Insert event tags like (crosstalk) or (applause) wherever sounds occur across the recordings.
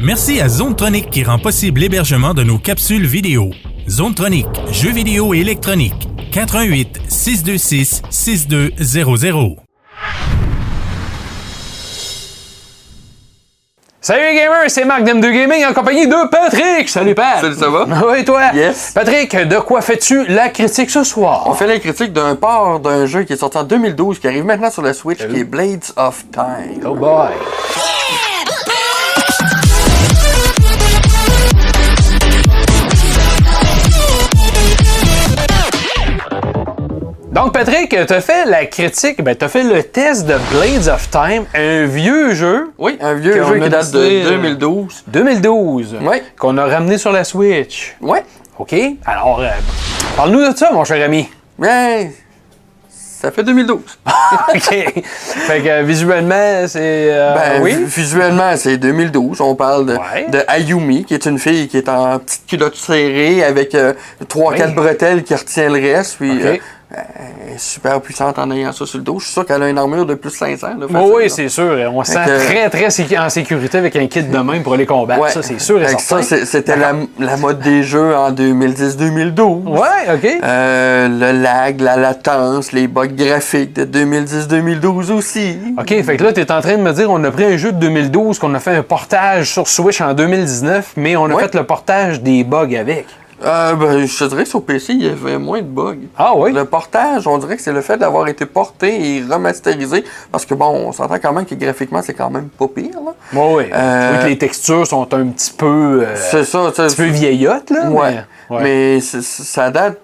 Merci à Zone Tronic qui rend possible l'hébergement de nos capsules vidéo. Zone Tronic, jeux vidéo et électronique. 88 626 6200. Salut les gamers, c'est Marc d'M2 Gaming en compagnie de Patrick. Salut Pat. Ah Salut, ça va? Oui, toi. Yes. Patrick, de quoi fais-tu la critique ce soir? On fait la critique d'un port d'un jeu qui est sorti en 2012, qui arrive maintenant sur la Switch, qui est Blades of Time. Oh boy. Donc, Patrick, t'as fait la critique, ben, t'as fait le test de Blades of Time, un vieux jeu, Oui, un vieux Qu'on jeu a qui date décidé, de euh, 2012. 2012, Ouais. qu'on a ramené sur la Switch. Ouais. OK? Alors, euh, parle-nous de ça, mon cher (laughs) ami. Mais Ben, ça fait 2012. Ah, OK. fait que euh, visuellement, c'est. euh, Ben, vi- oui. Visuellement, c'est 2012. On parle de, Ouais. de Ayumi, qui est une fille qui est en petite culotte serrée avec euh, trois, Oui. quatre bretelles qui retient le reste. Puis, OK. euh, elle est super puissante en ayant ça sur le dos. Je suis sûr qu'elle a une armure de plus de 500. là, Oui, Oh oui, facile, là. c'est sûr. On se sent Fait que- très, très sécu- en sécurité avec un kit de même pour aller combattre. Ouais. Ça, c'est sûr et Fait que certain. ça, c'est- c'était la, la mode des jeux en 2010-2012. Ouais, OK. Euh, le lag, la latence, les bugs graphiques de 2010-2012 aussi. OK, fait que là, t'es en train de me dire, on a pris un jeu de 2012, qu'on a fait un portage sur Switch en 2019, mais on a Ouais. fait le portage des bugs avec. Euh, ben, je te dirais que sur PC, il y avait moins de bugs. Ah oui? Le portage, on dirait que c'est le fait d'avoir été porté et remasterisé. Parce que bon, on s'entend quand même que graphiquement, c'est quand même pas pire. là. Ouais, ouais. Euh, Tu vois que les textures sont un petit peu, euh, C'est ça, tu un petit peu sais. vieillottes, là. Ouais. Mais, ouais. Mais c'est- c'est- ça date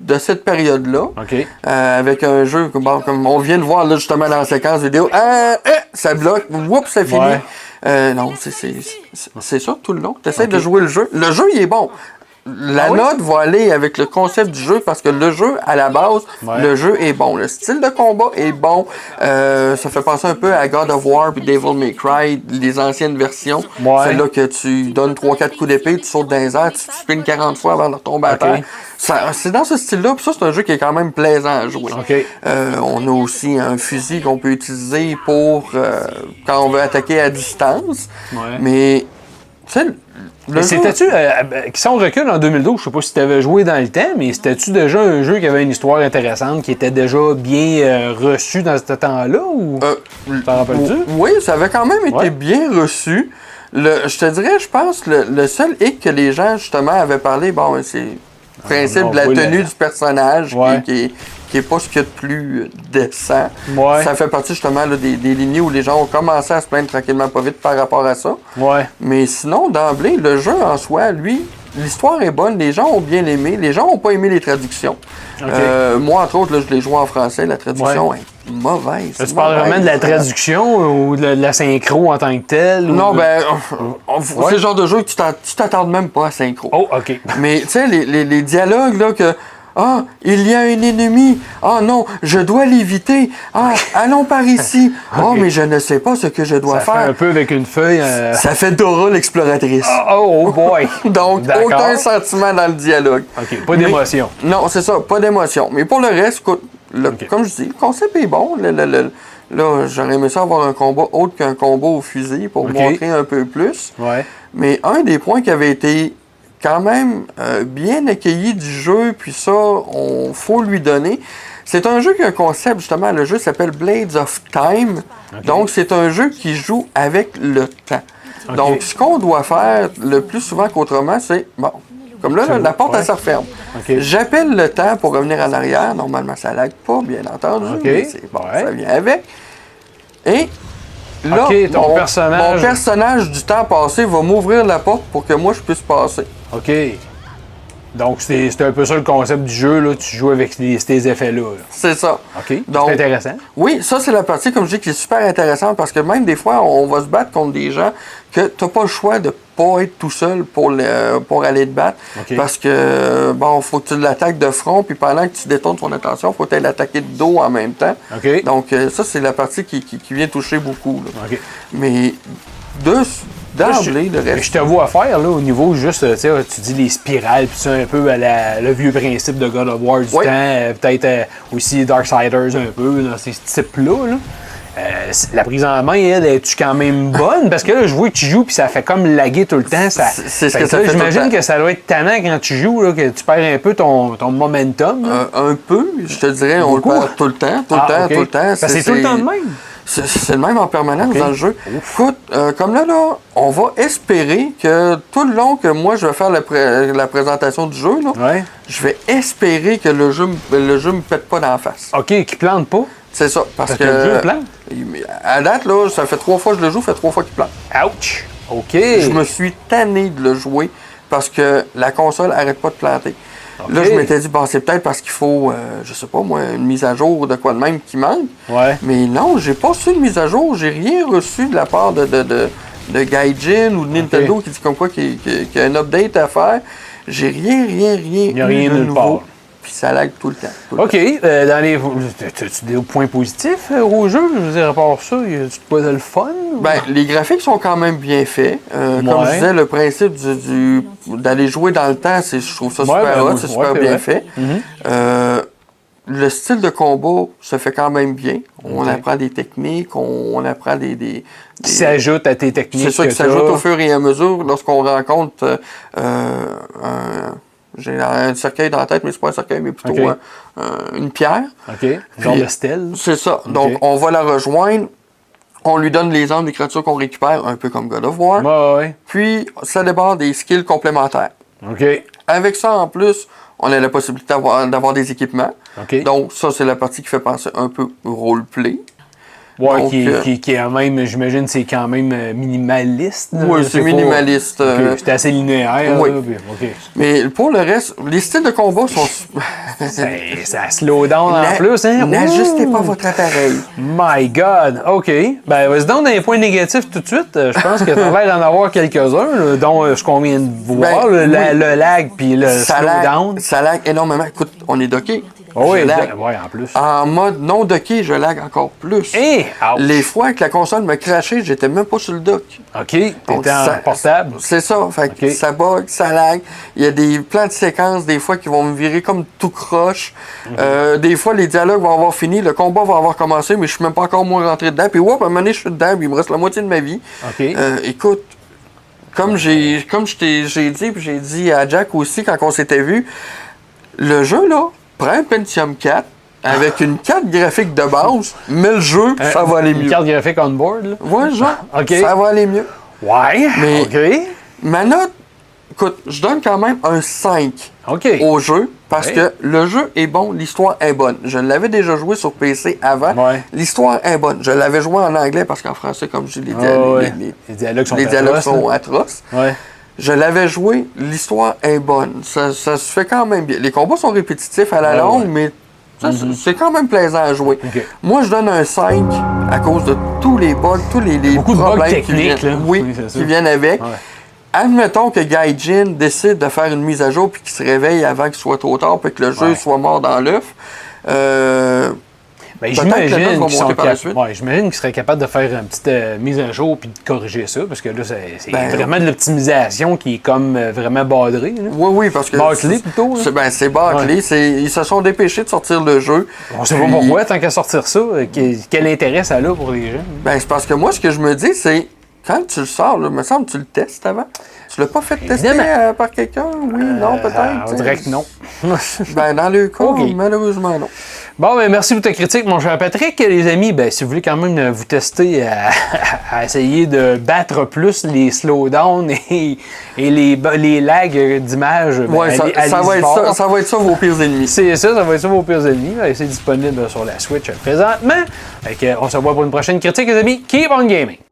de cette période-là. OK. Euh, avec un jeu que, bon, comme on vient de voir là, justement dans la séquence vidéo. Ah, ah, ça bloque, oups, ça finit. Ouais. Euh, non, c'est- c'est c'est- c'est ça tout le long. Tu essaies de jouer le jeu. Le jeu, il est bon. La Ah oui? note va aller avec le concept du jeu parce que le jeu, à la base, Ouais. le jeu est bon. Le style de combat est bon. Euh, ça fait penser un peu à God of War puis Devil May Cry, les anciennes versions. Ouais. Celle-là que tu donnes 3-4 coups d'épée, tu sautes dans les airs, tu spins 40 fois avant de retomber à Ok. terre. Ça- C'est dans ce style-là, puis ça, c'est un jeu qui est quand même plaisant à jouer. OK. Euh, on a aussi un fusil qu'on peut utiliser pour euh, quand on veut attaquer à distance. Ouais. Mais, tu sais, le Mais jeu- C'était-tu, euh, euh, si on recule en 2012, je sais pas si tu avais joué dans le temps, mais c'était-tu déjà un jeu qui avait une histoire intéressante, qui était déjà bien euh, reçu dans ce temps-là? Ou... Euh, T'en rappelles-tu? Oui, ça avait quand même été Ouais. bien reçu. Le, je te dirais, je pense, le, le seul hic que les gens, justement, avaient parlé, bon, c'est le principe on de la voit Ah, le- tenue du personnage qui- Ouais. qui, est, qui est pas ce qu'il y a de plus euh, décent. Ouais. Ça fait partie, justement, là, des, des lignées où les gens ont commencé à se plaindre tranquillement pas vite par rapport à ça. Ouais. Mais sinon, d'emblée, le jeu en soi, lui, l'histoire est bonne, les gens ont bien aimé, les gens ont pas aimé les traductions. Euh, moi, entre autres, là, je l'ai joué en français, la traduction Ouais. est mauvaise. Là, tu parles mauvaise. vraiment de la traduction euh, ou de la, de la synchro en tant que telle? ou- ben, Non, ben, on- Ouais. c'est le genre de jeu que tu t'en- tu t'attardes même pas à synchro. Oh, OK. Mais, tu sais, les, les- les dialogues, là, que. Ah, il y a un ennemi. Ah non, je dois l'éviter. (laughs) Ah, allons par ici. Oh, mais je ne sais pas ce que je Ça dois fait un faire. peu avec une feuille. euh, Ça fait Dora l'exploratrice. Oh, oh boy! (laughs) Donc, D'accord. aucun sentiment dans le dialogue. OK, pas Mais- d'émotion. Non, c'est ça, pas d'émotion. Mais pour le reste, écoute, le- comme je dis, le concept est bon. Le- le- le- là, j'aurais aimé ça avoir un combat autre qu'un combat au fusil pour Ok. montrer un peu plus. Ouais. Mais un des points qui avait été quand même euh, bien accueilli du jeu, puis ça, on faut lui donner. C'est un jeu qui a un concept, justement, le jeu s'appelle Blades of Time. Donc, c'est un jeu qui joue avec le temps. Donc, ce qu'on doit faire le plus souvent qu'autrement, c'est, bon, comme là, là, la porte, elle se referme. Ok. J'appelle le temps pour revenir en arrière. Normalement, ça lag pas, bien entendu. Ok. mais c'est bon, Ouais. ça vient avec. Et là, Ok, ton mon, personnage- mon personnage du temps passé va m'ouvrir la porte pour que moi je puisse passer. OK. Donc, c'est c'est un peu ça le concept du jeu, là. Tu joues avec ces, ces effets-là. là. C'est ça. OK. Donc- C'est intéressant. Oui, ça c'est la partie, comme je dis, qui est super intéressante parce que même des fois, on va se battre contre des gens que t'as pas le choix de pas être tout seul pour le- pour aller te battre. Ok. Parce que bon, faut que tu l'attaques de front, puis pendant que tu détournes ton attention, faut que tu l'attaquer de dos en même temps. OK. Donc euh, ça, c'est la partie qui, qui- qui vient toucher beaucoup. là. OK. Mais de d'emblée, le Mais je reste. te vois faire, là, au niveau juste, euh, tu sais, tu dis les spirales, puis ça, un peu à la- le vieux principe de God of War du Oui. temps, euh, peut-être euh, aussi Darksiders un peu, dans ces types-là, là. euh, la prise en main, elle, est-tu quand même bonne? Parce que là, je vois que tu joues, puis ça fait comme laguer tout le temps. Ça, C'est- c'est ce Fait que ça là, fait tout le J'imagine temps. que ça doit être tannant quand tu joues, là, que tu perds un peu ton, ton momentum. là. Un- un peu, je te dirais, on Beaucoup? le perd tout le temps, Euh, tout Ah, le temps, ok. tout le temps. Parce que c'est tout le temps de même. C'est c'est le même en permanence Ok. dans le jeu. Écoute, euh, comme là, là, on va espérer que tout le long que moi je vais faire la, pré- la présentation du jeu, là, Ouais. je vais espérer que le jeu, me- le jeu me pète pas dans la face. OK, qui plante pas. C'est ça, parce, Ah. Parce que le jeu plante. Il- À date, là, ça fait trois fois que je le joue, ça fait trois fois qu'il plante. Ouch. OK. Je me suis tanné de le jouer parce que la console arrête pas de planter. Là, je m'étais dit, bon, c'est peut-être parce qu'il faut, euh, je sais pas moi, une mise à jour ou de quoi de même qui manque. Ouais. Mais non, j'ai pas reçu de mise à jour, j'ai rien reçu de la part de, de, de, de Gaijin ou de Nintendo qui dit comme quoi qu'il qu'il- qu'il y a un update à faire. J'ai rien, rien, rien. Il y a eu rien de nulle nouveau. part. Puis ça lag tout le temps. tout le OK. euh, dans les... T'as-tu des points positifs euh, au jeu? Je veux dire, à part ça, y a-tu de quoi de le fun? Ben, les graphiques sont quand même bien faits. Euh, Comme Ouais. je disais, le principe du- du- d'aller jouer dans le temps, c'est- je trouve ça Ouais, super ben, hot, ouais, c'est super c'est bien vrai. Mm-hmm. fait. Euh, le style de combat se fait quand même bien. On Ok. apprend des techniques, on, on apprend des. des- qui des- s'ajoute à tes techniques. c'est ça que qui s'ajoute t'as. au fur et à mesure lorsqu'on rencontre euh, euh, un. J'ai un cercueil dans la tête, mais c'est pas un cercueil, mais plutôt Ok. un- un- une pierre. OK. Genre Puis- de stèle. C'est ça. Donc, on va la rejoindre. On lui donne les armes, les créatures qu'on récupère, un peu comme God of War. Ouais, Puis, ça dépend des skills complémentaires. ouais. Avec ça, en plus, on a la possibilité d'avoir d'avoir des équipements. OK. OK. Donc, ça, c'est la partie qui fait penser un peu au roleplay. Ouais, Donc, qui, est- euh, qui, qui est quand même, j'imagine, c'est quand même euh, minimaliste. là. Oui, c'est pas- minimaliste. Ok, euh, C'était assez linéaire. oui. là, puis- OK. mais pour le reste, les styles de combat sont... Ben, ça slow down (laughs) en Na- plus, hein? (laughs) N'ajustez Ouh! pas votre appareil. My God! OK. Ben, vas-y donc des points négatifs tout de suite. Euh, Je pense que t'as l'air d'en avoir quelques-uns, là, dont euh, ce qu'on vient de voir, le, Ben, la- oui. le lag puis le Ça Euh, slow down. lag, ça lag énormément. Écoute, on est docké. Oh, oui, Je lag. Ah. ouais, en plus. En mode non docké, je lag encore plus. Eh! ouch. Les fois que la console me crachait, j'étais même pas sur le dock. OK, t'étais en ça- portable. C'est ça. Fait que Ok. ça bug, ça lag. Il y a des plans de séquences, des fois, qui vont me virer comme tout croche. Mhm. Euh, des fois, les dialogues vont avoir fini, le combat va avoir commencé, mais je suis même pas encore moi rentré dedans. Puis, whoop, à un moment donné, je suis dedans, puis il me reste la moitié de ma vie. OK. Euh, écoute, comme j'ai comme je t'ai- j'ai dit, puis j'ai dit à Jack aussi quand on s'était vu, le jeu, là, prend un Pentium 4 avec une carte graphique de base, mais le jeu, Ah. Euh, ça va aller une mieux. carte graphique on board, là. (laughs) Ouais, genre, Ok. ça va aller mieux. Ouais, Mais- OK. Ma note, écoute, je donne quand même un 5 OK. au jeu parce Ouais. que le jeu est bon, l'histoire est bonne. Je l'avais déjà joué sur PC avant. Ouais. L'histoire est bonne. Je l'avais joué en anglais parce qu'en français, comme je dis, les, Ah, dia- ouais. les- les- Les dialogues sont les dialogues atroces, sont là. atroces. Ouais. Je l'avais joué, l'histoire est bonne. Ça, ça se fait quand même bien. Les combats sont répétitifs à la Ah Ouais, longue, ouais. mais ça, c'est- c'est quand même plaisant à jouer. Ok. Moi, je donne un 5 à cause de tous les bugs, tous les, les Beaucoup de bugs problèmes qui, techniques, viennent, là. oui, Oui, c'est qui sûr. viennent avec. Ouais. Admettons que Gaijin décide de faire une mise à jour puis qu'il se réveille avant qu'il soit trop tard puis que le jeu Ouais. soit mort dans l'œuf. Euh, Ben, Peut-être que les notes j'imagine vont qu'ils sont monter par la cap- suite. ouais, j'imagine qu'ils seraient capables de faire une petite euh, mise à jour puis de corriger ça, parce que là, c'est c'est Ben, vraiment de l'optimisation qui est comme euh, vraiment badrée. là. oui, oui, parce que. Barclay, plutôt, là. C'est ben, c'est Barclay. Ouais. C'est- Ils se sont dépêchés de sortir le jeu. On sait pas Puis- pourquoi, tant qu'à sortir ça, euh, que- quel intérêt ça a pour les gens. Ben, c'est parce que moi, ce que je me dis, c'est quand tu le sors, là, me semble que tu le testes avant. Tu l'as pas fait tester Évidemment. euh, par quelqu'un? Oui, non, peut-être. Euh, on tu sais. dirait que non. Ben, dans le (laughs) cas, Ok. malheureusement, non. Bon, ben, merci pour ta critique, mon cher Patrick. Les amis, ben, si vous voulez quand même euh, (laughs) vous tester à, à essayer de battre plus les slowdowns (laughs) et, et les, ba- les lags d'image, ben, Ouais, ça, allez- ça allez-y va être fort. ça, ça va être ça vos pires ennemis. C'est ça, ça va être ça vos pires ennemis. Ben, C'est disponible sur la Switch présentement. Fait que, on se voit pour une prochaine critique, les amis. Keep on gaming!